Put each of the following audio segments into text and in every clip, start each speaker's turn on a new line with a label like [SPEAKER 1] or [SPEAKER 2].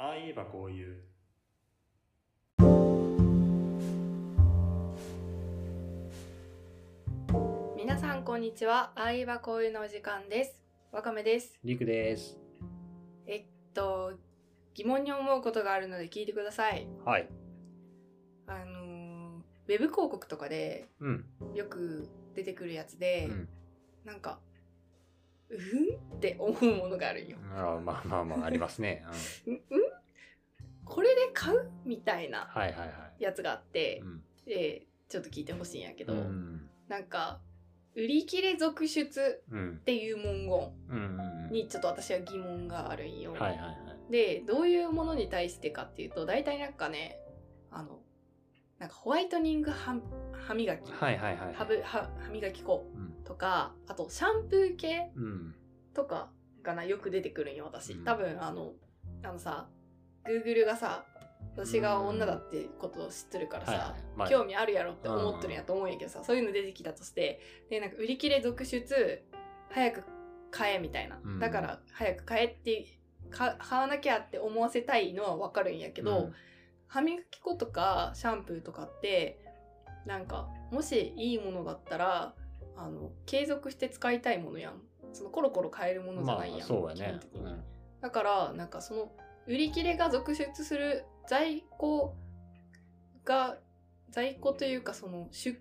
[SPEAKER 1] えばこういう
[SPEAKER 2] 皆さんこんにちは。あいばこういうのお時間です。わかめです。
[SPEAKER 3] りくです。
[SPEAKER 2] えっと疑問に思うことがあるので聞いてください。
[SPEAKER 3] はい。
[SPEAKER 2] あのーウェブ広告とかで
[SPEAKER 3] うん。
[SPEAKER 2] よく出てくるやつで、
[SPEAKER 3] うん
[SPEAKER 2] なんかうんって思うものがあるんよ。
[SPEAKER 3] あまあまあまあ、ありますね。うん、
[SPEAKER 2] うんうんこれで買うみたいな
[SPEAKER 3] はいはいは
[SPEAKER 2] やつがあっ
[SPEAKER 3] い。
[SPEAKER 2] て
[SPEAKER 3] う、ん。
[SPEAKER 2] でちょっと聞いてほしいんやけど、
[SPEAKER 3] うん。
[SPEAKER 2] なんか売り切れ続出
[SPEAKER 3] うん
[SPEAKER 2] っ。ていう文言
[SPEAKER 3] うん。うん
[SPEAKER 2] にちょっと私は疑問があるんよ。
[SPEAKER 3] はいはいはい。
[SPEAKER 2] でどういうものに対してかっていうと大体なんかねあのなんかホワイトニングは歯磨き、
[SPEAKER 3] はいはいはい。
[SPEAKER 2] 歯ぶ歯歯磨き粉
[SPEAKER 3] うん。
[SPEAKER 2] とかあとシャンプー系
[SPEAKER 3] うん。
[SPEAKER 2] とかがなよく出てくるんよ私
[SPEAKER 3] うん
[SPEAKER 2] 多分あのあのさ Google がさ私が女だってことを知ってるからさ、
[SPEAKER 3] はいはい。まあ、
[SPEAKER 2] 興味あるやろって思ってるんやと思うんやけどさそういうの出てきたとしてでなんか売り切れ続出早く買えみたいな、
[SPEAKER 3] うん
[SPEAKER 2] だから早く買えってか買わなきゃって思わせたいのはわかるんやけど、歯磨き粉とかシャンプーとかってなんかもしいいものだったらあの継続して使いたいものやんそのコロコロ買えるも
[SPEAKER 3] う
[SPEAKER 2] の
[SPEAKER 3] ん、
[SPEAKER 2] じゃ
[SPEAKER 3] ま
[SPEAKER 2] ないやん、
[SPEAKER 3] あ、そうやね
[SPEAKER 2] 基本。的
[SPEAKER 3] う
[SPEAKER 2] に
[SPEAKER 3] ん。
[SPEAKER 2] だからなんかその売り切れが続出する在庫が在庫というかその出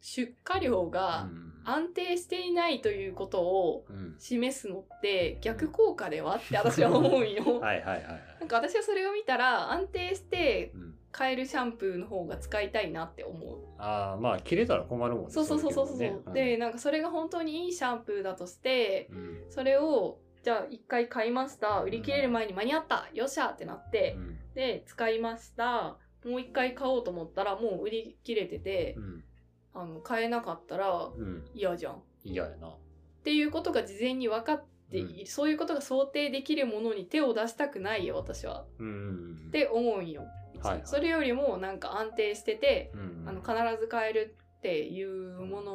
[SPEAKER 2] 出荷量が安定していないということを
[SPEAKER 3] うん。
[SPEAKER 2] 示すのって逆効果では って私は思うんよ。
[SPEAKER 3] うん。はいはいはいはい。
[SPEAKER 2] なんか私はそれを見たら安定して
[SPEAKER 3] うん。
[SPEAKER 2] 買えるシャンプーの方が使いたいなって思う。
[SPEAKER 3] ああ、まあ、切れたら困るもんね。
[SPEAKER 2] そうそうそうそうそう。
[SPEAKER 3] いのね
[SPEAKER 2] で、なんかそれが本当にいいシャンプーだとして、
[SPEAKER 3] うん。うん
[SPEAKER 2] それをじゃあ一回買いました。売り切れる前に間に合った。よっしゃってなって、
[SPEAKER 3] うん。
[SPEAKER 2] で使いましたもう一回買おうと思ったらもう売り切れてて
[SPEAKER 3] う、ん。
[SPEAKER 2] あの買えなかったら
[SPEAKER 3] うん。
[SPEAKER 2] 嫌じゃんっ
[SPEAKER 3] 嫌やな。
[SPEAKER 2] ていうことが事前に分かって、
[SPEAKER 3] うん
[SPEAKER 2] そういうことが想定できるものに手を出したくないよ私は
[SPEAKER 3] うんうん。
[SPEAKER 2] って思うんよ、
[SPEAKER 3] はいはい
[SPEAKER 2] それよりもなんか安定してて、
[SPEAKER 3] うん、うん。
[SPEAKER 2] あの必ず買えるっていうもの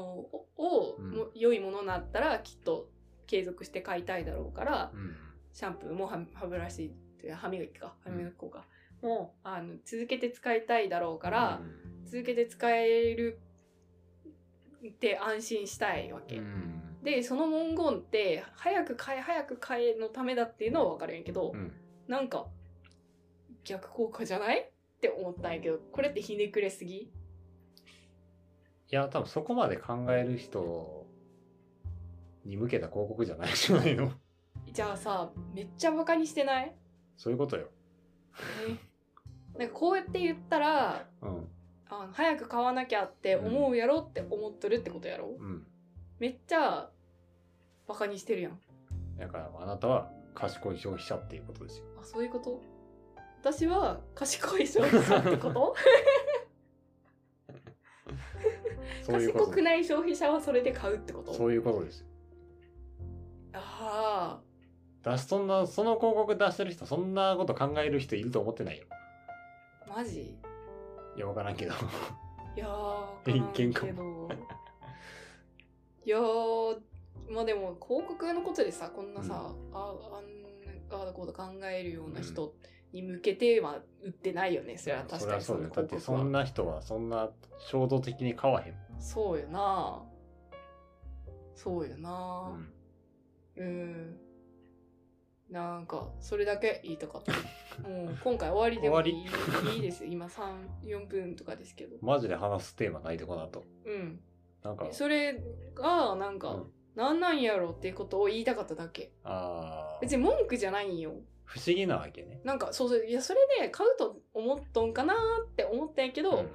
[SPEAKER 2] を、
[SPEAKER 3] うん
[SPEAKER 2] も良いものになったらきっと継続して買いたいだろうから、
[SPEAKER 3] うん。
[SPEAKER 2] シャンプーも歯歯ブラシというか歯磨きか歯
[SPEAKER 3] うん
[SPEAKER 2] 磨き粉か、もうあの続けて使いたいだろうから
[SPEAKER 3] う、ん、
[SPEAKER 2] 続けて使えるって安心したいわけ、
[SPEAKER 3] うん。
[SPEAKER 2] でその文言って早く買え早く買えのためだっていうのは分かるんやけど、
[SPEAKER 3] うん
[SPEAKER 2] なんか逆効果じゃないって思ったんやけどこれってひねくれすぎ
[SPEAKER 3] いや、多分そこまで考える人に向けた広告じゃないじゃない の。
[SPEAKER 2] じゃあさめっちゃバカにし てない、
[SPEAKER 3] そういうことよ。
[SPEAKER 2] なんかこうやって言ったら
[SPEAKER 3] うん。
[SPEAKER 2] あの早く買わなきゃって思うやろって思っとるってことやろ、
[SPEAKER 3] うん。
[SPEAKER 2] めっちゃバカにしてるやん
[SPEAKER 3] だから、あなたは賢い消費者っていうことですよ。
[SPEAKER 2] あそういうこと私は賢い消費者ってこと
[SPEAKER 3] そういうこ
[SPEAKER 2] 賢
[SPEAKER 3] と
[SPEAKER 2] く。ない消費者はそれで買うってこと
[SPEAKER 3] そういうことですよ。
[SPEAKER 2] あ
[SPEAKER 3] だし、そんな、その広告出してる人、そんなこと考える人いると思ってないよ。
[SPEAKER 2] あマジ
[SPEAKER 3] いや、わからんけど。
[SPEAKER 2] いやーわからん
[SPEAKER 3] 偏見か
[SPEAKER 2] けどいやーまあでも広告のことでさこんなさ、ああんああだこうだ考えるような人に向けては売ってないよねそれは
[SPEAKER 3] そ
[SPEAKER 2] 確か
[SPEAKER 3] れは
[SPEAKER 2] にそ
[SPEAKER 3] そ
[SPEAKER 2] の
[SPEAKER 3] うだよ。
[SPEAKER 2] 広
[SPEAKER 3] だっ
[SPEAKER 2] 告
[SPEAKER 3] て、
[SPEAKER 2] は
[SPEAKER 3] そんな人は、そんな衝動的に買わへん。
[SPEAKER 2] そうよなそうよな
[SPEAKER 3] うん。
[SPEAKER 2] うん。なんか、それだけ言いた かった。もう、今回終わり
[SPEAKER 3] 終
[SPEAKER 2] でも
[SPEAKER 3] わ
[SPEAKER 2] い
[SPEAKER 3] り
[SPEAKER 2] いいいです。今、3、4分とかですけど。
[SPEAKER 3] マジで話すテーマないでこの後。
[SPEAKER 2] うん。
[SPEAKER 3] なんか、
[SPEAKER 2] それが、なん
[SPEAKER 3] う
[SPEAKER 2] か
[SPEAKER 3] ん、
[SPEAKER 2] なんなんやろっていうことを言いたかっただけ。
[SPEAKER 3] ああ、
[SPEAKER 2] 別に文句じゃないんよ。
[SPEAKER 3] 不思議なわけね。
[SPEAKER 2] なんか、そうそう、いや、それで買うと思っとんかなーって思ったんやけど、
[SPEAKER 3] ん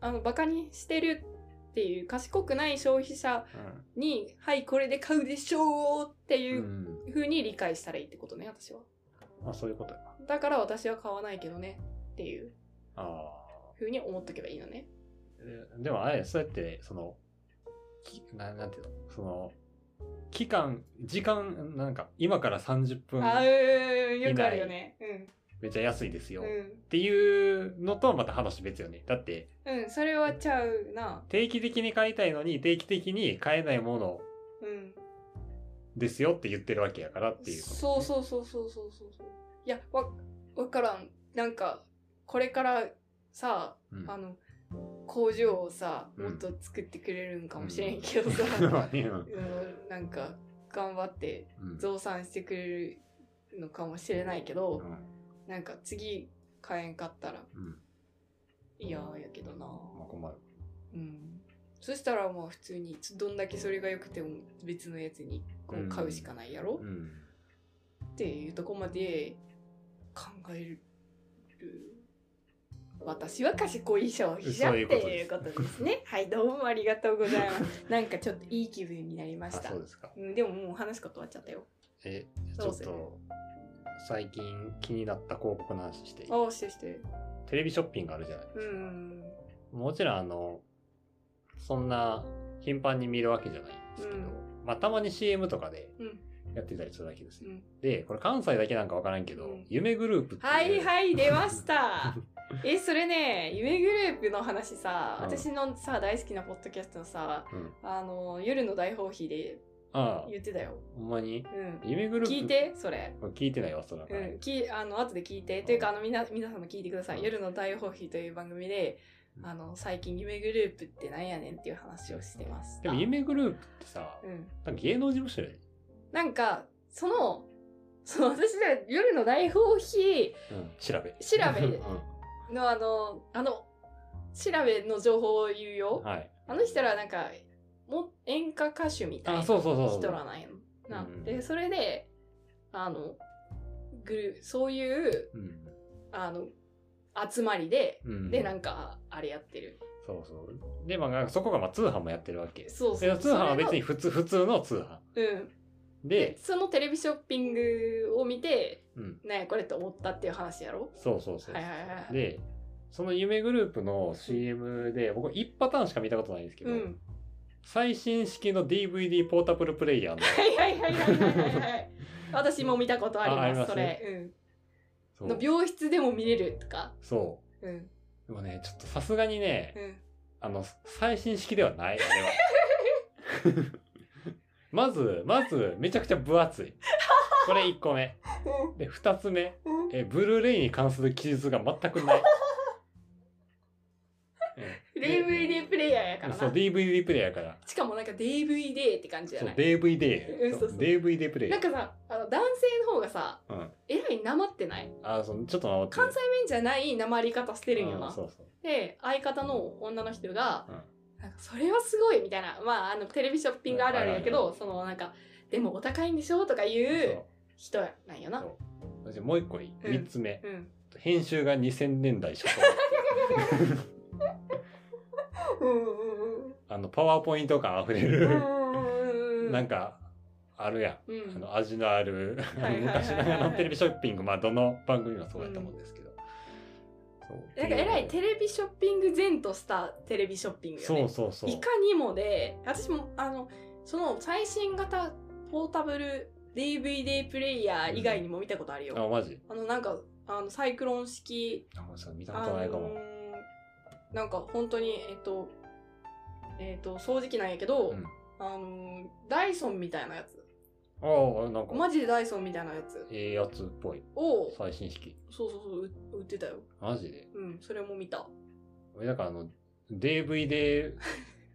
[SPEAKER 2] あの、バカにしてるっていう、賢くない消費者に、はい、これで買うでしょうって
[SPEAKER 3] うん。。
[SPEAKER 2] いううんふうに理解したらいいってことね、私は。
[SPEAKER 3] まあ、そういうことよ。
[SPEAKER 2] だから私は買わないけどねっていう
[SPEAKER 3] ああ。
[SPEAKER 2] 風に思っとけばいいのね。
[SPEAKER 3] えでもあれそうやってそのきななんていうのその期間時間なんか今から30分
[SPEAKER 2] あうん、よくあるよね。
[SPEAKER 3] めっちゃ安いです
[SPEAKER 2] う
[SPEAKER 3] よ、
[SPEAKER 2] ん。
[SPEAKER 3] っっていうのとはまた話別よねだって
[SPEAKER 2] うん。うん、それはちゃうな。
[SPEAKER 3] 定期的に買いたいのに定期的に買えないもの
[SPEAKER 2] うん。
[SPEAKER 3] ですよって言ってるわけやからっていうこと
[SPEAKER 2] そうそうそうそうそうそうそう。いや、わ、分からんなんかこれからさ
[SPEAKER 3] うん
[SPEAKER 2] あの工場をさ
[SPEAKER 3] うん
[SPEAKER 2] もっと作ってくれるんかもしれん けどさ、
[SPEAKER 3] まあねうん
[SPEAKER 2] うん、なんか頑張って
[SPEAKER 3] うん
[SPEAKER 2] 増産してくれるのかもしれないけど、なんか次買えんかったら
[SPEAKER 3] うんうん
[SPEAKER 2] 嫌やけどな、
[SPEAKER 3] まあ困る
[SPEAKER 2] うん、そしたらまあ普通にどんだけそれが良くても別のやつにこう買うしかないやろ、
[SPEAKER 3] うん
[SPEAKER 2] っていうとこまで考える私は賢い消費者
[SPEAKER 3] そ
[SPEAKER 2] っ
[SPEAKER 3] う
[SPEAKER 2] て
[SPEAKER 3] いうことです
[SPEAKER 2] いうことですねはいどうもありがとうございますなんかちょっといい気分になりま
[SPEAKER 3] あ
[SPEAKER 2] した
[SPEAKER 3] そうですか
[SPEAKER 2] うんでももう話すこと終わっちゃったよ
[SPEAKER 3] えち
[SPEAKER 2] ど
[SPEAKER 3] ょ
[SPEAKER 2] う
[SPEAKER 3] っ
[SPEAKER 2] する
[SPEAKER 3] と最近気になった広告の話していい
[SPEAKER 2] ああしてして
[SPEAKER 3] テレビショッピングあるじゃないで
[SPEAKER 2] う
[SPEAKER 3] すか、
[SPEAKER 2] ん
[SPEAKER 3] もちろんあのそんな頻繁に見るわけじゃないんですけど、
[SPEAKER 2] うん
[SPEAKER 3] まあ、たまに CM とかで
[SPEAKER 2] うん
[SPEAKER 3] やってたりするだけですよ、
[SPEAKER 2] うん
[SPEAKER 3] でこれ関西だけなんかわからんけど、
[SPEAKER 2] うん
[SPEAKER 3] 夢グループって
[SPEAKER 2] はい
[SPEAKER 3] い
[SPEAKER 2] はい出ました えそれね夢グループの話さ
[SPEAKER 3] うん
[SPEAKER 2] 私のさ大好きなポッドキャストのさ
[SPEAKER 3] う、うん、
[SPEAKER 2] あの夜の大放棄で
[SPEAKER 3] ああ
[SPEAKER 2] 言ってたよ
[SPEAKER 3] ほんまに
[SPEAKER 2] うん
[SPEAKER 3] 夢グループ
[SPEAKER 2] 聞いてそれ
[SPEAKER 3] 聞いてないわそら、
[SPEAKER 2] うん、きあの後で聞いてというかあのみな皆さんも聞いてください
[SPEAKER 3] う
[SPEAKER 2] 「
[SPEAKER 3] ん
[SPEAKER 2] 夜の大放棄」という番組で
[SPEAKER 3] うん
[SPEAKER 2] あの最近夢グループってなんやねんっていう話をしてます
[SPEAKER 3] でも夢グループってさ
[SPEAKER 2] うん、
[SPEAKER 3] なんか芸能事務所やね、
[SPEAKER 2] なんかそのその私ね夜の大放棄
[SPEAKER 3] うん、調べ
[SPEAKER 2] 調べ
[SPEAKER 3] う、
[SPEAKER 2] のあのあの調べの情報を言うんよ
[SPEAKER 3] はい
[SPEAKER 2] あの人らなんかも演歌歌手みたいな
[SPEAKER 3] あそうそうそうそう
[SPEAKER 2] 人らなんやのな
[SPEAKER 3] うん
[SPEAKER 2] でそれであのグルそういう
[SPEAKER 3] うん
[SPEAKER 2] あの集まりで
[SPEAKER 3] うん、
[SPEAKER 2] でなんかあれやってる
[SPEAKER 3] そうそうでまあなんかそこがまあ通販もやってるわけ
[SPEAKER 2] そうそう
[SPEAKER 3] で通販は別
[SPEAKER 2] それ
[SPEAKER 3] に
[SPEAKER 2] の
[SPEAKER 3] 普通普通の通販
[SPEAKER 2] うんで
[SPEAKER 3] で、
[SPEAKER 2] そのテレビショッピングを見て
[SPEAKER 3] うん、
[SPEAKER 2] なんやこれって思ったっていう話やろ
[SPEAKER 3] そうそうそう、
[SPEAKER 2] はいはいはいはい
[SPEAKER 3] でその夢グループの CM で僕1パターンしか見たことないんですけど、
[SPEAKER 2] うん
[SPEAKER 3] 最新式の DVD ポータブルプレイヤーの
[SPEAKER 2] はいはいはいはいはいはい はい私も見たことあります
[SPEAKER 3] ああります
[SPEAKER 2] それ、
[SPEAKER 3] そ
[SPEAKER 2] うん、の
[SPEAKER 3] う
[SPEAKER 2] 病室でも見れるとか
[SPEAKER 3] そ
[SPEAKER 2] うん
[SPEAKER 3] うでもねちょっとさすがにね、
[SPEAKER 2] うん
[SPEAKER 3] あの最新式ではないあれは まずまずめちゃくちゃ分厚いこれ1個目で2つ目
[SPEAKER 2] うん
[SPEAKER 3] えブルーレイに関する記述が全くない うんで
[SPEAKER 2] DVD プレイヤーやから
[SPEAKER 3] そう
[SPEAKER 2] な
[SPEAKER 3] DVD プレイヤーから
[SPEAKER 2] しかもなんか DVD って感じじゃ
[SPEAKER 3] そう
[SPEAKER 2] ない
[SPEAKER 3] DVD
[SPEAKER 2] うんそうそう
[SPEAKER 3] DVD プレイヤ
[SPEAKER 2] なん
[SPEAKER 3] ー
[SPEAKER 2] かさあの男性の方がさ
[SPEAKER 3] うん
[SPEAKER 2] えらいなまってない
[SPEAKER 3] あそうちょっと守って
[SPEAKER 2] 関西弁じゃないなまり方してるんよ
[SPEAKER 3] うん
[SPEAKER 2] な
[SPEAKER 3] そうそう
[SPEAKER 2] で相方の女の人が、なんかそれはすごいみたいなまああのテレビショッピングあるあるやけ
[SPEAKER 3] はいは
[SPEAKER 2] ど、そのなんかでもお高いんでしょとか言う人なんよな
[SPEAKER 3] そうそうじゃあもう一個いい
[SPEAKER 2] うん
[SPEAKER 3] 3つ目
[SPEAKER 2] うん
[SPEAKER 3] 編集が2000年代初頭
[SPEAKER 2] うんうん
[SPEAKER 3] あのパワーポイント感あふれる
[SPEAKER 2] う ん
[SPEAKER 3] なんかあるやん
[SPEAKER 2] うん
[SPEAKER 3] あの味のある
[SPEAKER 2] はいはいはいはい
[SPEAKER 3] 昔ながらのテレビショッピングまあどの番組もそうやと思うんですけど、そう
[SPEAKER 2] なんかえらい
[SPEAKER 3] レ
[SPEAKER 2] テレビショッピング前としたテレビショッピングよね
[SPEAKER 3] そうそうそう
[SPEAKER 2] いかにもで私もあのその最新型ポータブル DVD プレイヤー以外にも見たことあるよ、
[SPEAKER 3] あマジ
[SPEAKER 2] あのなんかあのサイクロン式
[SPEAKER 3] あもうそれ見たこ
[SPEAKER 2] あ
[SPEAKER 3] と
[SPEAKER 2] の
[SPEAKER 3] ないかも、
[SPEAKER 2] ーなんか本当にえっとえっと掃除機なんやけど、
[SPEAKER 3] うん
[SPEAKER 2] あのーダイソンみたいなやつ
[SPEAKER 3] ああなんか、
[SPEAKER 2] マジでダイソンみたいなやつ
[SPEAKER 3] ええやつっぽい
[SPEAKER 2] を
[SPEAKER 3] 最新式
[SPEAKER 2] そうそうそうう売ってたよ
[SPEAKER 3] マジで
[SPEAKER 2] うんそれも見た
[SPEAKER 3] 俺だからあの DVD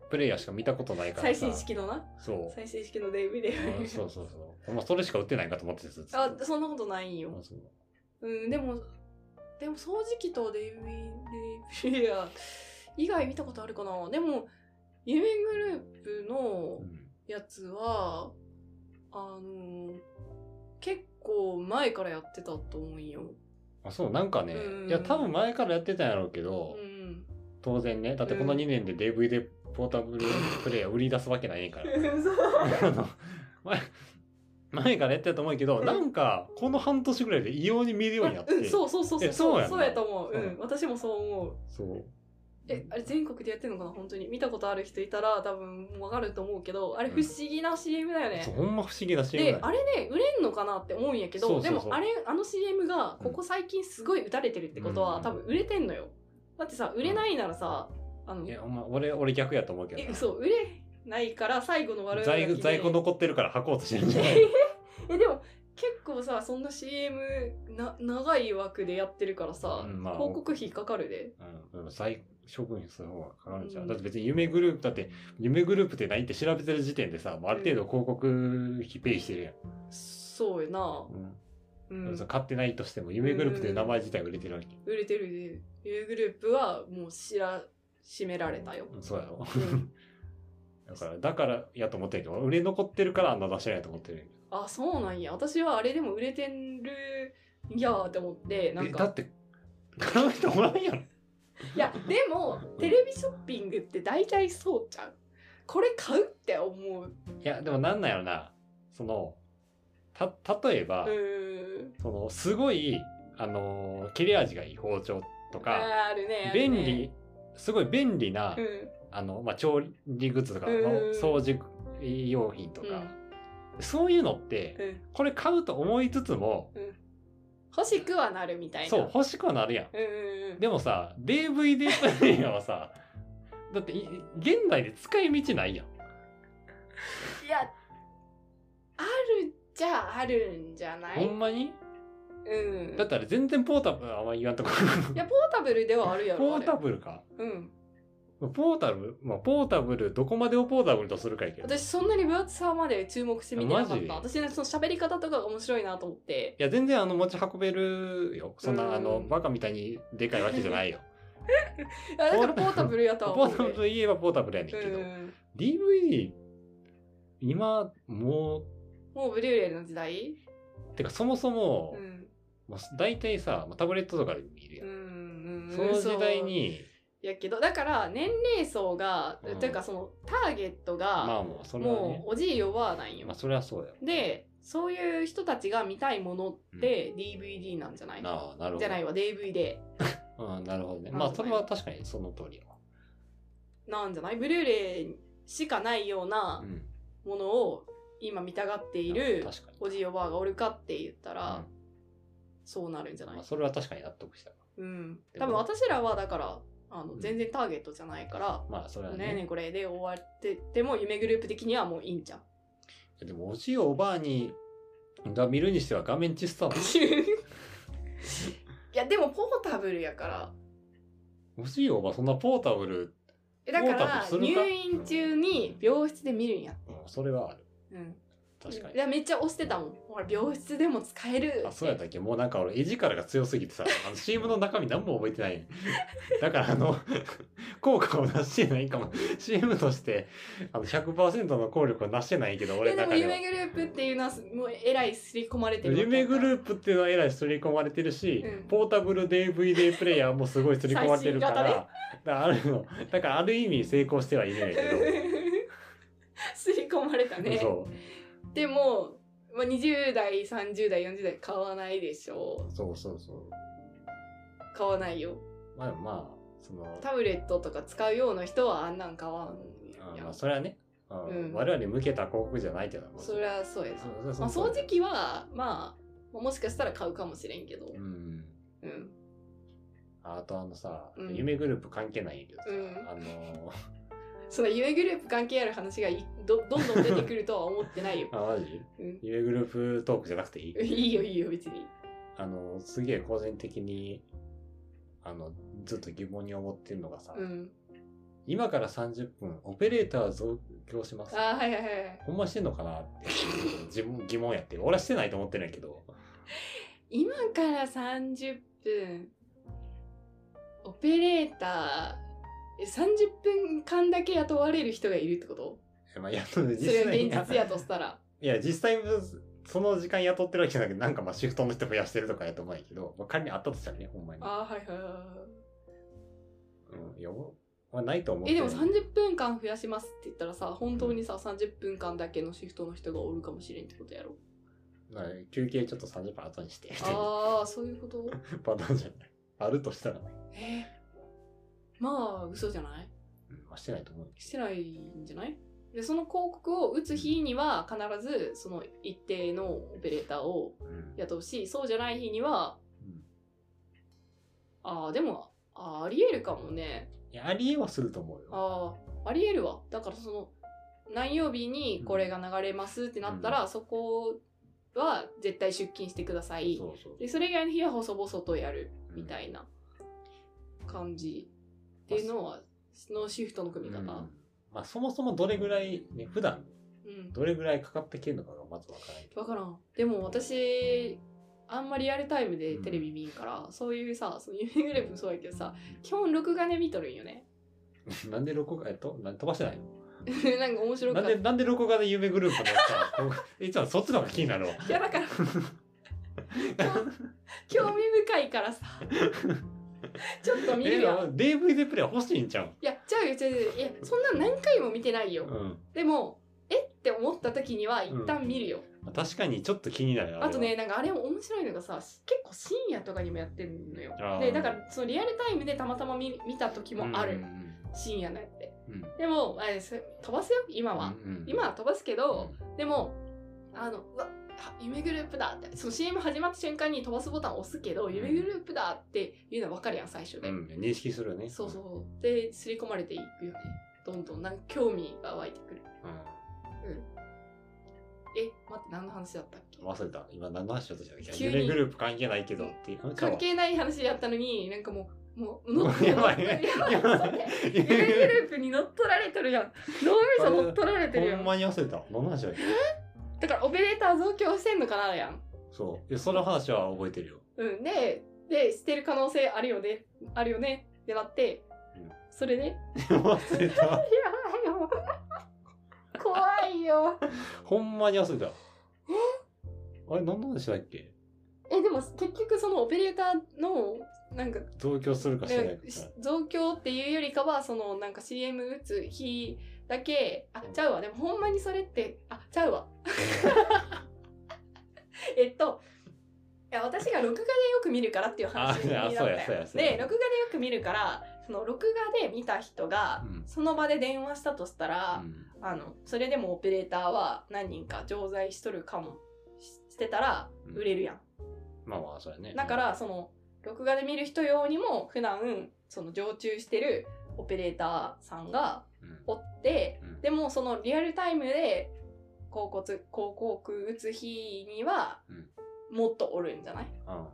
[SPEAKER 3] プレイヤーしか見たことないから
[SPEAKER 2] 最
[SPEAKER 3] さ
[SPEAKER 2] 新式のな
[SPEAKER 3] そう
[SPEAKER 2] 最新式のデイビデ
[SPEAKER 3] あそうそうそう、まあ、それしか売ってないかと思ってたずっと
[SPEAKER 2] あそんなことないんよ
[SPEAKER 3] あそう
[SPEAKER 2] うんでもでも掃除機とデイビデイビデア以外見たことあるかなでも夢グループの
[SPEAKER 3] うん
[SPEAKER 2] やつはあの結構前からやってたと思うんよ。
[SPEAKER 3] あそうなんかね
[SPEAKER 2] うん
[SPEAKER 3] いや多分前からやってたんやろうけど、
[SPEAKER 2] うん、
[SPEAKER 3] 当然ねだってこの
[SPEAKER 2] うん
[SPEAKER 3] 2年で DVD ポータブルプレイヤー売り出すわけない から あの前前からやってたと思うけど
[SPEAKER 2] うん
[SPEAKER 3] なんかこの半年ぐらいで異様に見るようになって
[SPEAKER 2] うん、 そうそうそうそう
[SPEAKER 3] えそうやんな
[SPEAKER 2] そうやと思う、う
[SPEAKER 3] うん
[SPEAKER 2] ん、私もそう思う
[SPEAKER 3] そう
[SPEAKER 2] えあれ全国でやってるのかな本当に見たことある人いたら多分わかると思うけどあれ不思議な CM だよ
[SPEAKER 3] そう
[SPEAKER 2] ね、
[SPEAKER 3] ほんま不思議だし
[SPEAKER 2] であれね売れんのかなって思うんやけど
[SPEAKER 3] そうそうそう
[SPEAKER 2] でもあれあの CM がここ最近すごい打たれてるってことは、
[SPEAKER 3] うん
[SPEAKER 2] 多分売れてんのよだってさ売れないならさ、あの
[SPEAKER 3] いやほんま俺俺逆やと思うけど
[SPEAKER 2] え
[SPEAKER 3] な
[SPEAKER 2] そう売れないから最後の悪い
[SPEAKER 3] 在在庫残ってるから箱落としてるんじゃない
[SPEAKER 2] えでも結構さそんな CM な長い枠でやってるからさ、
[SPEAKER 3] うんまあ
[SPEAKER 2] 広告費かかるで
[SPEAKER 3] うん、でも再処分する方がかかるんちゃう、
[SPEAKER 2] うん
[SPEAKER 3] だって別に夢グループだって夢グループって何って調べてる時点でさもうある程度広告費ペイしてるやん、
[SPEAKER 2] そうやな、う
[SPEAKER 3] うん
[SPEAKER 2] ん、
[SPEAKER 3] そう買ってないとしても夢グループという名前自体売れてるわけ、
[SPEAKER 2] 売れてるで U グループはもう知らしめられたよ、
[SPEAKER 3] うんそうやろ
[SPEAKER 2] うん、
[SPEAKER 3] だからだからやと思ってるけど売れ残ってるからあんな出してないと思ってるんやけど
[SPEAKER 2] あそうなんや私はあれでも売れてるんやーって思ってなん
[SPEAKER 3] えだ
[SPEAKER 2] か
[SPEAKER 3] って買う人おらんやん
[SPEAKER 2] いやでもテレビショッピングって大体そうじゃんこれ買うって思う
[SPEAKER 3] いやでもなんなんやろなそのた例えば、
[SPEAKER 2] うーん
[SPEAKER 3] そのすごいあのー切れ味がいい包丁とか、
[SPEAKER 2] あーあるねある
[SPEAKER 3] 便
[SPEAKER 2] ね
[SPEAKER 3] 利すごい便利な、
[SPEAKER 2] うん
[SPEAKER 3] あのまあ、調理グッズとか、
[SPEAKER 2] うん
[SPEAKER 3] まあ掃除用品とか、
[SPEAKER 2] うん
[SPEAKER 3] そういうのって、
[SPEAKER 2] うん
[SPEAKER 3] これ買うと思いつつも
[SPEAKER 2] 欲しくはなるみたいな
[SPEAKER 3] そう欲しくはなるやん
[SPEAKER 2] うんうんうん
[SPEAKER 3] でもさ DVD プレイヤーはさだってい現代で使い道ないやん
[SPEAKER 2] いやあるじゃああるんじゃない
[SPEAKER 3] ほんまに
[SPEAKER 2] うん
[SPEAKER 3] だったら全然ポータブルあんま言わんとこ
[SPEAKER 2] いやポータブルではあるやろ
[SPEAKER 3] ポ
[SPEAKER 2] あ
[SPEAKER 3] ー
[SPEAKER 2] れ
[SPEAKER 3] タブルか
[SPEAKER 2] うん
[SPEAKER 3] ポータブル、まあ、ポータブルどこまでをポータブルとするかやけどい
[SPEAKER 2] 私そんなに分厚さまで注目して見てなか
[SPEAKER 3] マ
[SPEAKER 2] っ
[SPEAKER 3] ジ
[SPEAKER 2] た私ねその喋り方とかが面白いなと思って
[SPEAKER 3] や全然あの持ち運べるよそんな、
[SPEAKER 2] うん
[SPEAKER 3] あのバカみたいにでかいわけじゃないよ
[SPEAKER 2] いやだからポータブルやとは
[SPEAKER 3] ポ
[SPEAKER 2] 思う
[SPEAKER 3] ータブルといえばポータブルやねんけど、
[SPEAKER 2] うん、
[SPEAKER 3] DVD 今も
[SPEAKER 2] もうブルーレイの時代
[SPEAKER 3] うてかそもそも
[SPEAKER 2] う、ん
[SPEAKER 3] もう大体さタブレットとかで見るや、
[SPEAKER 2] うんんうん
[SPEAKER 3] その時代に
[SPEAKER 2] そうやけどだから年齢層が、
[SPEAKER 3] うん
[SPEAKER 2] というかそのターゲットが、
[SPEAKER 3] まあもうそれは
[SPEAKER 2] も
[SPEAKER 3] ね
[SPEAKER 2] うおじいおばあなんよ
[SPEAKER 3] まあそれはそうや
[SPEAKER 2] でそういう人たちが見たいものって、DVD なんじゃない
[SPEAKER 3] なあなるほど
[SPEAKER 2] じゃないわ DVD
[SPEAKER 3] うん、なるほどね
[SPEAKER 2] なるほどね
[SPEAKER 3] まあそれは確かにその通りやわ
[SPEAKER 2] なんじゃないブルーレイしかないような
[SPEAKER 3] うん
[SPEAKER 2] ものを今見たがっている
[SPEAKER 3] 確かに
[SPEAKER 2] おじいおばあがおるかって言ったら、
[SPEAKER 3] うん
[SPEAKER 2] そうなるんじゃない
[SPEAKER 3] まあ、それは確かに納得したわ
[SPEAKER 2] うん
[SPEAKER 3] でも
[SPEAKER 2] 多分私らはだからあの
[SPEAKER 3] うん
[SPEAKER 2] 全然ターゲットじゃないから、
[SPEAKER 3] まあそれは
[SPEAKER 2] なんやね
[SPEAKER 3] ね
[SPEAKER 2] んこれで終わってても夢グループ的にはもういい んじゃん
[SPEAKER 3] でもおじいおばあにが見るにしては画面小さない
[SPEAKER 2] やでもポータブルやから
[SPEAKER 3] おじいおばあそんなポータブル、
[SPEAKER 2] えだか
[SPEAKER 3] ポータブ
[SPEAKER 2] ら
[SPEAKER 3] ルするか
[SPEAKER 2] 入院中に病室で見るんや
[SPEAKER 3] うん、それはある
[SPEAKER 2] うん
[SPEAKER 3] 確かに
[SPEAKER 2] いやめっちゃ押してたもんほら病室でも使える
[SPEAKER 3] あそうやったっけもうなんか俺絵力が強すぎてさあの CM の中身何も覚えてない だからあの 効果を出してないかも CM としてあの100%の効力を出してないけど俺
[SPEAKER 2] え
[SPEAKER 3] の
[SPEAKER 2] でも
[SPEAKER 3] 中では
[SPEAKER 2] 夢グループっていうのはすもうえらい刷り込まれてる
[SPEAKER 3] 夢グ
[SPEAKER 2] ー
[SPEAKER 3] ループっていうのはえらい刷り込まれてるし、
[SPEAKER 2] うん
[SPEAKER 3] ポータブル DVD プレイヤーもすごい刷り込まれてるから
[SPEAKER 2] 最新型ね
[SPEAKER 3] だからあるのだからある意味成功してはいるんやけ
[SPEAKER 2] 刷り込まれた
[SPEAKER 3] ど、
[SPEAKER 2] ね
[SPEAKER 3] そ
[SPEAKER 2] でも、まあ、20代30代40代買わないでしょ
[SPEAKER 3] うそうそうそう
[SPEAKER 2] 買わないよ
[SPEAKER 3] まあでもまあその
[SPEAKER 2] タブレットとか使うような人はあんなん買わん
[SPEAKER 3] あ
[SPEAKER 2] や
[SPEAKER 3] まあ
[SPEAKER 2] ん
[SPEAKER 3] それはね、うん
[SPEAKER 2] うん
[SPEAKER 3] 我々に向けた広告じゃないっていうのはもう
[SPEAKER 2] そりゃそうやな
[SPEAKER 3] そそ
[SPEAKER 2] まあ、
[SPEAKER 3] そう
[SPEAKER 2] 掃除機はまあもしかしたら買うかもしれんけど
[SPEAKER 3] うん
[SPEAKER 2] うん
[SPEAKER 3] あとあのさ、
[SPEAKER 2] うん
[SPEAKER 3] 夢グループ関係ないけどさ、
[SPEAKER 2] うん
[SPEAKER 3] あのー、
[SPEAKER 2] その夢グループ関係ある話がいどどんどん出てくるとは思ってないよ
[SPEAKER 3] あマジ
[SPEAKER 2] うん、
[SPEAKER 3] 夢グループトークじゃなくていい
[SPEAKER 2] いいよいいよ別に
[SPEAKER 3] あのーすげえ個人的にあのずっと疑問に思ってるのがさ、
[SPEAKER 2] うん
[SPEAKER 3] 今から30分オペレーター増強します
[SPEAKER 2] あーはいはいはい
[SPEAKER 3] ほんましてんのかなって自分疑問やって俺はしてないと思ってるんやけど
[SPEAKER 2] 今から30分オペレーターえ30分間だけ雇われる人がいるってこと
[SPEAKER 3] えまあやっとね
[SPEAKER 2] それ
[SPEAKER 3] 実際に
[SPEAKER 2] 現実やとしたら
[SPEAKER 3] いや、実際、その時間雇ってるわけじゃなくて、なんかまあシフトの人増やしてるとかやと思うんやけど、まあ、仮にあったとしたらね、ほんまに。
[SPEAKER 2] あーはいはいは
[SPEAKER 3] うん、いや、まあ、ないと思う
[SPEAKER 2] いえ
[SPEAKER 3] け
[SPEAKER 2] で
[SPEAKER 3] ど。
[SPEAKER 2] も30分間増やしますって言ったらさ本当にさ30分間だけのシフトの人がおるかもしれんってことやろ
[SPEAKER 3] まあ休憩ちょっと30分後にして。
[SPEAKER 2] ああそういうこと
[SPEAKER 3] パターンじゃない。あるとしたらね。
[SPEAKER 2] えーまあ嘘じゃない
[SPEAKER 3] うんまあ、してないと思うけ
[SPEAKER 2] してないんじゃないでその広告を打つ日には必ずその一定のオペレーターを
[SPEAKER 3] ど。うん。
[SPEAKER 2] 雇うしそうじゃない日には
[SPEAKER 3] うん
[SPEAKER 2] ああでもあーありえるかもね
[SPEAKER 3] いや、ありえはすると思うよ。
[SPEAKER 2] ああありえるわだからその何曜日にこれが流れますってなったら、そこは絶対出勤してください
[SPEAKER 3] そうそう。
[SPEAKER 2] でそれ以外の日は細々とやるみた
[SPEAKER 3] い
[SPEAKER 2] いな感じっていうのはのシフトの組み方、
[SPEAKER 3] まあそもそもどれぐらい、ね、普段
[SPEAKER 2] うん、
[SPEAKER 3] どれぐらいかかってきてるのかがまずわからない。
[SPEAKER 2] 分からんでも私あんまリアルタイムでテレビ見んから、そういうさその夢グレープもそうやけどさ基本録画で見とるんよね
[SPEAKER 3] なんで録画、えっと、なん飛ばしてない
[SPEAKER 2] なんか面白
[SPEAKER 3] の
[SPEAKER 2] か
[SPEAKER 3] な
[SPEAKER 2] っ
[SPEAKER 3] ん
[SPEAKER 2] た
[SPEAKER 3] で、なんで録画で夢グループのやつ いつもそっちの方が気になるわ。
[SPEAKER 2] いやだから興味深いから さちょっと見
[SPEAKER 3] え
[SPEAKER 2] るやん、
[SPEAKER 3] ー、DVD プレイヤー欲しいんちゃう
[SPEAKER 2] いや違うよ違う違ういやそんな何回も見てないよ、
[SPEAKER 3] うん。
[SPEAKER 2] でもえって思った時には一旦見るよ、
[SPEAKER 3] まあ確かにちょっと気になる。れは
[SPEAKER 2] あとね、なんかあれ面白いのがさ結構深夜とかにもやってるのよ
[SPEAKER 3] あー
[SPEAKER 2] でだからそのリアルタイムでたまたま見見た時もある、
[SPEAKER 3] うん
[SPEAKER 2] 深夜のやって
[SPEAKER 3] うんうん。
[SPEAKER 2] でもあれそれ飛ばすよ今は、
[SPEAKER 3] うんうん
[SPEAKER 2] 今は飛ばすけど、
[SPEAKER 3] う
[SPEAKER 2] でもあのうわあ夢グループだってその CM 始まった瞬間に飛ばすボタン押すけど、
[SPEAKER 3] ん
[SPEAKER 2] 夢グループだっていうのは分かるやん最初で、
[SPEAKER 3] ん、認識するね。
[SPEAKER 2] そうそうで刷り込まれていくよねどんどんなんか興味が湧いてくる
[SPEAKER 3] う
[SPEAKER 2] え待って何の話だったっけ
[SPEAKER 3] ん。忘れた。今何の話しようとしたっけ
[SPEAKER 2] 急に
[SPEAKER 3] 夢グループ関係ないけどっていう。
[SPEAKER 2] 関係ない話やったのになんかもうもう乗っ
[SPEAKER 3] やばい
[SPEAKER 2] や
[SPEAKER 3] ね
[SPEAKER 2] ばい
[SPEAKER 3] やばい
[SPEAKER 2] そうね
[SPEAKER 3] ない。
[SPEAKER 2] 夢グループに乗っ取られてるやん脳みそ乗っ取られてるや
[SPEAKER 3] ほん
[SPEAKER 2] ん
[SPEAKER 3] まに忘れた。何の話だっけ
[SPEAKER 2] だからオペレーター増強してんのかなやん
[SPEAKER 3] そう。いやその話は覚えてるよ。
[SPEAKER 2] うんででしてる可能性あるよねあるよねってなって
[SPEAKER 3] うん
[SPEAKER 2] それで、や
[SPEAKER 3] 忘れた。
[SPEAKER 2] ばいよ怖いよ
[SPEAKER 3] ほんまに忘れた。あれ、何の話したっけ
[SPEAKER 2] えでも結局そのオペレーターのなんか
[SPEAKER 3] 同居するかしないか。
[SPEAKER 2] 増強っていうよりかはそのなんか CM 打つ日だけあちゃうわでもほんまにそれってあちゃうわ えっといや私が録画でよく見るからっていう話にな
[SPEAKER 3] あ
[SPEAKER 2] っ
[SPEAKER 3] いや
[SPEAKER 2] た
[SPEAKER 3] そう
[SPEAKER 2] よ
[SPEAKER 3] やそうやそうや
[SPEAKER 2] で録画でよく見るからその録画で見た人が
[SPEAKER 3] うん
[SPEAKER 2] その場で電話したとした
[SPEAKER 3] う
[SPEAKER 2] ら、
[SPEAKER 3] ん
[SPEAKER 2] あのそれでもオペレーターは何人か常在しとるかもししてたら
[SPEAKER 3] うん
[SPEAKER 2] 売れるやん
[SPEAKER 3] まあまあ、そうやね。
[SPEAKER 2] だからその録画で見る人用にも普段その常駐してるオペレーターさんが
[SPEAKER 3] うん、
[SPEAKER 2] おって
[SPEAKER 3] うん
[SPEAKER 2] でもそのリアルタイムで広告つ広告打つ日には
[SPEAKER 3] うん
[SPEAKER 2] もっとおるんじゃないっ
[SPEAKER 3] あ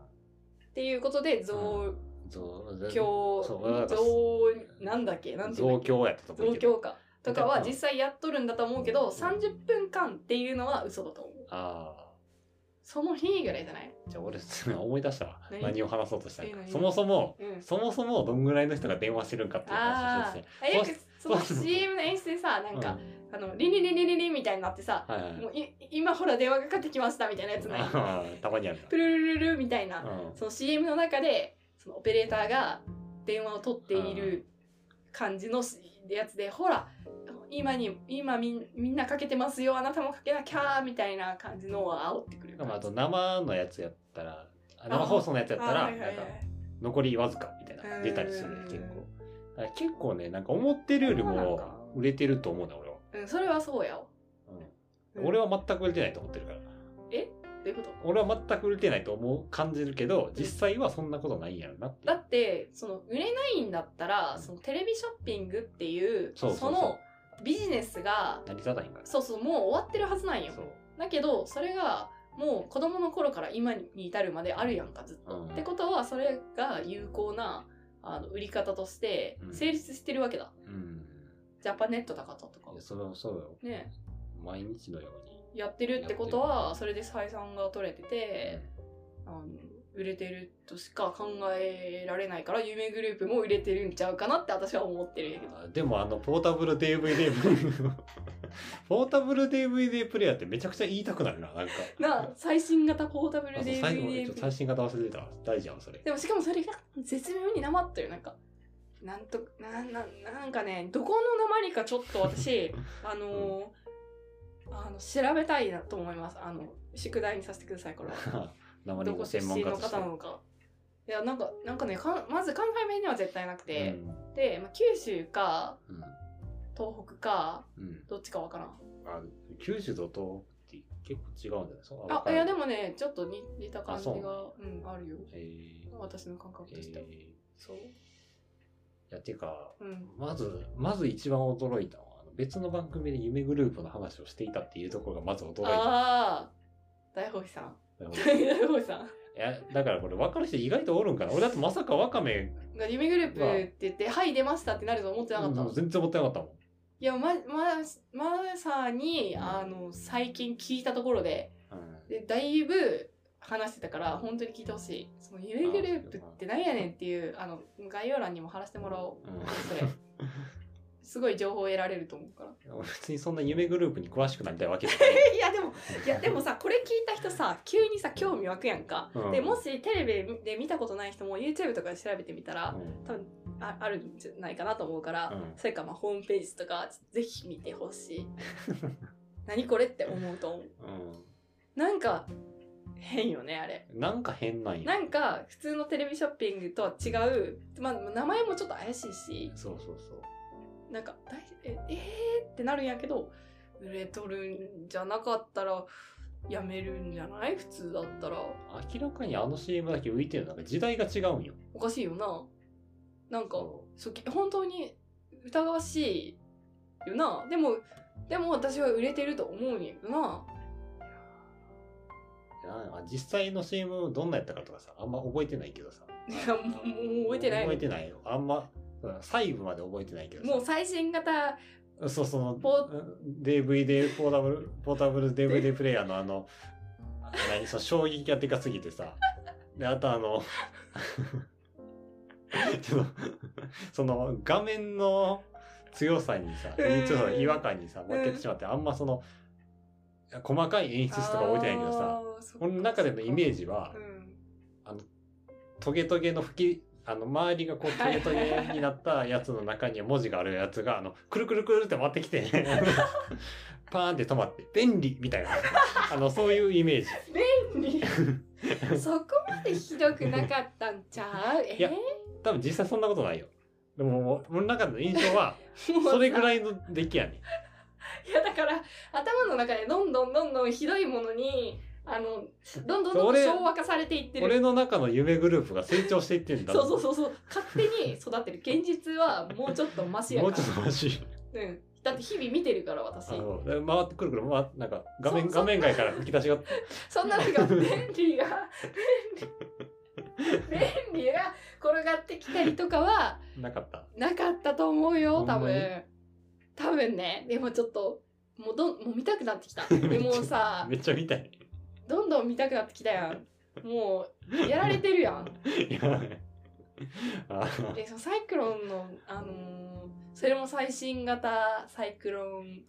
[SPEAKER 2] ていうことで増
[SPEAKER 3] 増
[SPEAKER 2] 強
[SPEAKER 3] そうなんか
[SPEAKER 2] 増なんだっけなんていうんだ
[SPEAKER 3] 増
[SPEAKER 2] っけ
[SPEAKER 3] 強やったと思う
[SPEAKER 2] 増
[SPEAKER 3] けど。
[SPEAKER 2] 強かとかは実際やっとるんだと思うけど30分間っていうのは嘘だと思う
[SPEAKER 3] ああ。
[SPEAKER 2] その日ぐらいじゃない
[SPEAKER 3] じゃあ俺、 思い出したわ
[SPEAKER 2] 何
[SPEAKER 3] 何を話そうとしたの
[SPEAKER 2] え
[SPEAKER 3] か。
[SPEAKER 2] 何
[SPEAKER 3] そもそも、
[SPEAKER 2] うん
[SPEAKER 3] そもそもどんぐらいの人が電話してるんかっていう話をして
[SPEAKER 2] あ
[SPEAKER 3] て。
[SPEAKER 2] あよくその
[SPEAKER 3] そう
[SPEAKER 2] CM の演出でさなんか、あのリリリリリリみたいになってさ、
[SPEAKER 3] うん、はいはい
[SPEAKER 2] もうい今ほら電話がかかってきましたみたいなやつない
[SPEAKER 3] あーたまにある
[SPEAKER 2] プルルルルみたい
[SPEAKER 3] な。
[SPEAKER 2] な、
[SPEAKER 3] うん
[SPEAKER 2] その CM の中でそのオペレーターが電話を取っている感じのしやつでほら今に今みんみんなかけてますよあなたもかけなきゃーみたいな感じのを煽ってくる
[SPEAKER 3] でもあと
[SPEAKER 2] あ
[SPEAKER 3] 生のやつやったら、あ生放送のやつやったら、
[SPEAKER 2] はいは
[SPEAKER 3] なん
[SPEAKER 2] い
[SPEAKER 3] か
[SPEAKER 2] はい
[SPEAKER 3] 残りわずかみたいな、出たりするね、結構。だから結構ね、なんか思ってるより
[SPEAKER 2] そうなんか
[SPEAKER 3] も売れてると思うな、俺は。
[SPEAKER 2] うん、それはそうやわ
[SPEAKER 3] うん俺は全く売れてないと思ってるから。
[SPEAKER 2] どういうこと
[SPEAKER 3] 俺は全く売れてないと思う、感じるけど、実際はそんなことないんやろなってい
[SPEAKER 2] だ
[SPEAKER 3] う。
[SPEAKER 2] ってその売れないんだったら
[SPEAKER 3] うん
[SPEAKER 2] そのテレビショッピングっていう
[SPEAKER 3] そうそうそう
[SPEAKER 2] のビジネスが
[SPEAKER 3] 成り立たないから。
[SPEAKER 2] そうそうもう終わってるはずなんよ
[SPEAKER 3] そう。
[SPEAKER 2] だけどそれがもう子供の頃から今に至るまであるやんかずっと、
[SPEAKER 3] うん
[SPEAKER 2] ってことはそれが有効なあの売り方として
[SPEAKER 3] うん
[SPEAKER 2] 成立してるわけだ、
[SPEAKER 3] うん。
[SPEAKER 2] ジャパネット高田とか
[SPEAKER 3] いや、それはそうよ。
[SPEAKER 2] ね
[SPEAKER 3] 毎日のように。
[SPEAKER 2] やってるってことはそれで採算が取れてて、あの売れてるとしか考えられないから夢グループも売れてるんちゃうかなって私は思ってるんやけど
[SPEAKER 3] あでもあのポータブル DVD プレイヤー ポータブル DVD プレイヤーってめちゃくちゃ言いたくなるななんか
[SPEAKER 2] な最新型ポータブル
[SPEAKER 3] あそう最後
[SPEAKER 2] DVD
[SPEAKER 3] ちょっと最新型忘れてたわ大事やんそれ
[SPEAKER 2] でもしかもそれが絶妙になまったよなんかなんとなんなんなんかねどこのなまりかちょっ と私あのーあの調べたいなと思いますあの宿題にさせてくださいこれは
[SPEAKER 3] 生
[SPEAKER 2] ど
[SPEAKER 3] の
[SPEAKER 2] こ出
[SPEAKER 3] 専門
[SPEAKER 2] 身
[SPEAKER 3] 家
[SPEAKER 2] の
[SPEAKER 3] として
[SPEAKER 2] 方なのかいやなんかなんかねかんまず関西弁では絶対なく
[SPEAKER 3] う
[SPEAKER 2] て、
[SPEAKER 3] ん
[SPEAKER 2] で、まあ、九州か
[SPEAKER 3] うん
[SPEAKER 2] 東北か
[SPEAKER 3] うん
[SPEAKER 2] どっちかわからん
[SPEAKER 3] あ九州と東北って結構違うんじゃないですか
[SPEAKER 2] あいやでもねちょっと似似た感じが
[SPEAKER 3] あ
[SPEAKER 2] う
[SPEAKER 3] そ
[SPEAKER 2] んあるよ
[SPEAKER 3] えー
[SPEAKER 2] 私の感覚
[SPEAKER 3] え
[SPEAKER 2] としては、
[SPEAKER 3] ーい
[SPEAKER 2] そう
[SPEAKER 3] やてか
[SPEAKER 2] うん
[SPEAKER 3] まずまず一番驚いたのはあの別の番組で夢グループの話をしていたっていうところがまず驚いた
[SPEAKER 2] ああ大宝さん
[SPEAKER 3] なるほ ど
[SPEAKER 2] 大宝さん
[SPEAKER 3] いや、だからこれ分かる人意外とおるんかな。俺だってまさかワカメ、
[SPEAKER 2] が夢グループって言って「はい出ました」ってなると思ってなかったの
[SPEAKER 3] 全然思ってなかったもん。
[SPEAKER 2] いやまままさに、
[SPEAKER 3] うん
[SPEAKER 2] あの最近聞いたところで
[SPEAKER 3] うん
[SPEAKER 2] でだいぶ話してたから本当に聞いてほしいそのゆいグループってなんやねんっていうあの概要欄にも貼らせてもらおうそれすごい情報を得られると思うから
[SPEAKER 3] うん、俺別にそんな夢グループに詳しくなりたいわけじゃない。
[SPEAKER 2] いやでもいやでもさこれ聞いた人さ急にさ興味湧くやんか、
[SPEAKER 3] うん
[SPEAKER 2] でもしテレビで見たことない人も YouTube とかで調べてみたら、多分ああるんじゃないかなと思うから、
[SPEAKER 3] うん
[SPEAKER 2] それかまあホームページとかぜひ見てほしい 何これって思うと思う
[SPEAKER 3] うん、
[SPEAKER 2] なんか変よねあれ
[SPEAKER 3] うん。なんか変なんや。
[SPEAKER 2] なんか普通のテレビショッピングとは違う、まあ、名前もちょっと怪しいし
[SPEAKER 3] そうそうそう。
[SPEAKER 2] なんか大ええー、ってなるんやけど売れとるんじゃなかったらやめるんじゃない普通だったら
[SPEAKER 3] 明らかにあの CM だけ浮いてるのなんか時代が違うんよ。
[SPEAKER 2] おかしいよななんか
[SPEAKER 3] そ
[SPEAKER 2] そうき本当に疑わしいよなでもでも私は売れてると思うんやけどな
[SPEAKER 3] うあ実際の CM どんなやったかとかさ、あんま覚えてないけどさ。
[SPEAKER 2] いや もうもう覚えてない
[SPEAKER 3] 覚えてないよ。あんま、うん細部まで覚えてないけどさ
[SPEAKER 2] もう最新型
[SPEAKER 3] そうその
[SPEAKER 2] ポー
[SPEAKER 3] DVD ポータブルポータブル DVD プレイヤーのあの何その衝撃がでかすぎてさであとあの ちょっとその画面の強さにさ
[SPEAKER 2] うん
[SPEAKER 3] ちょっと違和感にさ負けてしまってあんまその細かい演出とか覚えてないけどさ
[SPEAKER 2] さ
[SPEAKER 3] この中でのイメージは
[SPEAKER 2] うん、
[SPEAKER 3] トゲトゲの吹きあの周りがこうトゲトゲになったやつの中に文字があるやつがあのくるくるくるって回ってきて パーンって止まって便利みたいなあのそういうイメージ
[SPEAKER 2] そこまでひどくなかったんちゃうえ
[SPEAKER 3] いや多分実際そんなことないよでも俺の中の印象 は
[SPEAKER 2] もうさ
[SPEAKER 3] それぐらいの出来や ね
[SPEAKER 2] いやだから頭の中でどんどんどんどんひどいものにあのどんどんどんどん
[SPEAKER 3] 俺
[SPEAKER 2] 昭和化されていってる
[SPEAKER 3] 俺の中の夢グループが成長していってんだ
[SPEAKER 2] そうそうそうそう勝手に育ってる現実はもうちょっとマシや
[SPEAKER 3] も
[SPEAKER 2] か
[SPEAKER 3] うちょ
[SPEAKER 2] ら
[SPEAKER 3] っとマシ
[SPEAKER 2] うん、だって日々見てるから私
[SPEAKER 3] あの回ってくるくる回ってなんか画面
[SPEAKER 2] そそ
[SPEAKER 3] 画
[SPEAKER 2] んな
[SPEAKER 3] 面外から吹き出しが
[SPEAKER 2] そんなのが便利が便利便利が転がってきたりとかは
[SPEAKER 3] なかった
[SPEAKER 2] なかったと思うよ多
[SPEAKER 3] ほんまに
[SPEAKER 2] 分多分ねでもちょっともうどんもう 見たくなってきたでもさ
[SPEAKER 3] めっちゃ見たい
[SPEAKER 2] どんどん見たくなってきたやんもうやられてるや ん
[SPEAKER 3] いやあの
[SPEAKER 2] でそのサイクロンのあのーそれも最新型サイクロン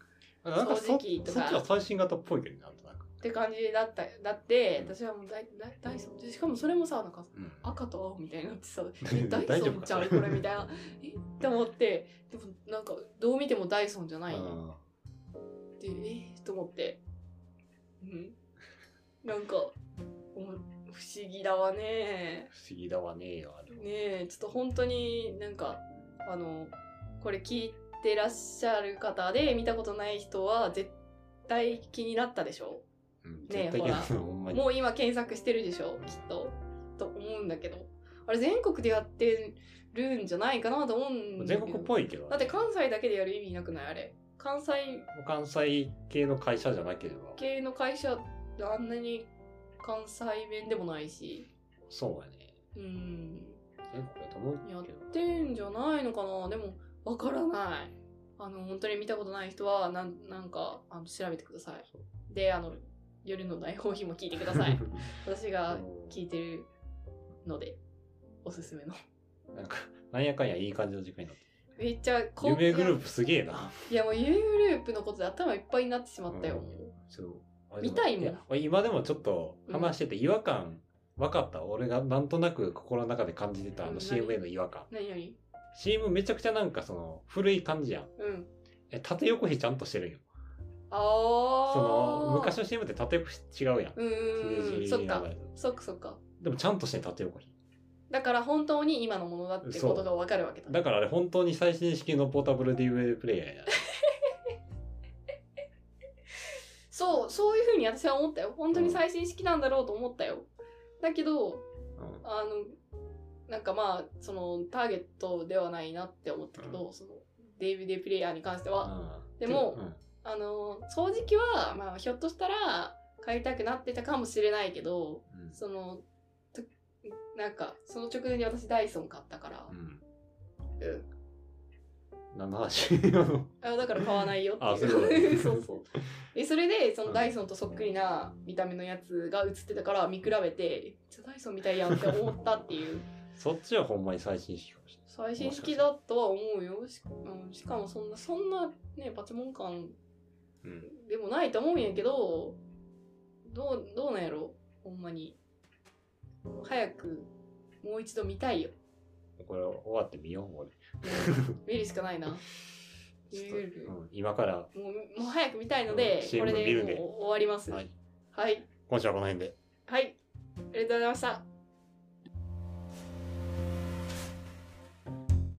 [SPEAKER 3] なんか
[SPEAKER 2] 掃
[SPEAKER 3] そ
[SPEAKER 2] 除機と
[SPEAKER 3] そ
[SPEAKER 2] か
[SPEAKER 3] っちは最新型っぽいけどねなんとなく。
[SPEAKER 2] って感じだっただって
[SPEAKER 3] うん
[SPEAKER 2] 私はもうダイダイダイソンでしかもそれもさなんか
[SPEAKER 3] うん
[SPEAKER 2] 赤と青みたいになって さ
[SPEAKER 3] 大丈夫か
[SPEAKER 2] えダイソンじゃんこれみたい なえって思ってでもなんかどう見てもダイソンじゃないってえーと思ってうんなんかおも不思議だわね
[SPEAKER 3] 不思議だわねえよあれは
[SPEAKER 2] ねえちょっと本当になんかあのこれ聞いてらっしゃる方で見たことない人は絶対気になったでしょ
[SPEAKER 3] うん、
[SPEAKER 2] え
[SPEAKER 3] 絶対
[SPEAKER 2] ほ
[SPEAKER 3] 嫌
[SPEAKER 2] ら
[SPEAKER 3] なのほんまに。
[SPEAKER 2] もう今検索してるでしょきっとと思うんだけどあれ全国でやってるんじゃないかなと思うんだ
[SPEAKER 3] 全
[SPEAKER 2] けど
[SPEAKER 3] 国っぽいけど、ね、
[SPEAKER 2] だって関西だけでやる意味なくないあれ関西
[SPEAKER 3] 関西系の会社じゃなければ。
[SPEAKER 2] 系の会社あんなに関西弁でもないし
[SPEAKER 3] そうやね。
[SPEAKER 2] うん
[SPEAKER 3] 全国やと思う
[SPEAKER 2] やっ
[SPEAKER 3] けど。
[SPEAKER 2] てんじゃないのかなでもわからないあの本当に見たことない人はなんなんかあの調べてくださ
[SPEAKER 3] そ
[SPEAKER 2] いであの夜の大放棄も聞いてく ださい私が
[SPEAKER 3] う
[SPEAKER 2] 聞いてるのでおすすめの
[SPEAKER 3] んなんか、なんやかんやいい感じの時間になって。
[SPEAKER 2] めっちゃこ
[SPEAKER 3] 夢グループすげえな。
[SPEAKER 2] いやもう夢グループのことで頭いっぱいになってしまったよ、
[SPEAKER 3] うんそうあで
[SPEAKER 2] 見たいもん
[SPEAKER 3] や俺今でもちょっと話してて違和感分かった。俺がなんとなく心の中で感じてたあ
[SPEAKER 2] うん
[SPEAKER 3] の
[SPEAKER 2] 何
[SPEAKER 3] CM への違和感。
[SPEAKER 2] 何々
[SPEAKER 3] CM めちゃくちゃなんかその古い感じやん。
[SPEAKER 2] うん
[SPEAKER 3] え縦横比ちゃんとしてるんよ。
[SPEAKER 2] ああ
[SPEAKER 3] その昔の CM って縦横比違うやん。
[SPEAKER 2] うんうんうん
[SPEAKER 3] 数
[SPEAKER 2] そ
[SPEAKER 3] 字
[SPEAKER 2] っ
[SPEAKER 3] が
[SPEAKER 2] かそっかそっか
[SPEAKER 3] でもちゃんとして縦横比。
[SPEAKER 2] だから本当に今のものだってことがわかるわけだ
[SPEAKER 3] だからあれ本当に最新式のポータブル DVD プレイヤーや。
[SPEAKER 2] そうそういうふうに私は思ったよ本当に最新式なんだろうと思ったよだけど
[SPEAKER 3] うん
[SPEAKER 2] あのなんかまあそのターゲットではないなって思ったけど、そのデイビデプレイヤーに関しては、
[SPEAKER 3] うん
[SPEAKER 2] でも
[SPEAKER 3] うん
[SPEAKER 2] あの掃除機は、まあ、ひょっとしたら買いたくなってたかもしれないけど、
[SPEAKER 3] うん
[SPEAKER 2] その、となんか、その直前に私ダイソン買ったから、
[SPEAKER 3] うん。
[SPEAKER 2] うん
[SPEAKER 3] 何の話 う
[SPEAKER 2] あだから買わないよって
[SPEAKER 3] あそう
[SPEAKER 2] い。
[SPEAKER 3] いううこ
[SPEAKER 2] そ
[SPEAKER 3] と
[SPEAKER 2] うそう。で、それで、そうの
[SPEAKER 3] ん
[SPEAKER 2] ダイソンとそっくりな見た目のやつが映ってたから、見比べて、めっちゃダイソンみたいやんって思ったって いう。
[SPEAKER 3] そっちはほんまに最新式かもしれない。
[SPEAKER 2] 最新式だとは思うよ。し,、うん、しかもそんな、そんなね、パチモン感
[SPEAKER 3] うん。
[SPEAKER 2] でもないと思うんやけど、どう、どうなんやろほんまに。早く、もう一度見たいよ。
[SPEAKER 3] これ終わってみよう、俺。
[SPEAKER 2] 見るしかないな。も
[SPEAKER 3] ちょっ
[SPEAKER 2] 見れる
[SPEAKER 3] と、うん、今から、
[SPEAKER 2] う、もう早く見たいので、
[SPEAKER 3] うん
[SPEAKER 2] これ
[SPEAKER 3] CM 見るね
[SPEAKER 2] でもう終わります。
[SPEAKER 3] はい。
[SPEAKER 2] はい。
[SPEAKER 3] 今週はこの辺で。
[SPEAKER 2] はい。ありがとうございました。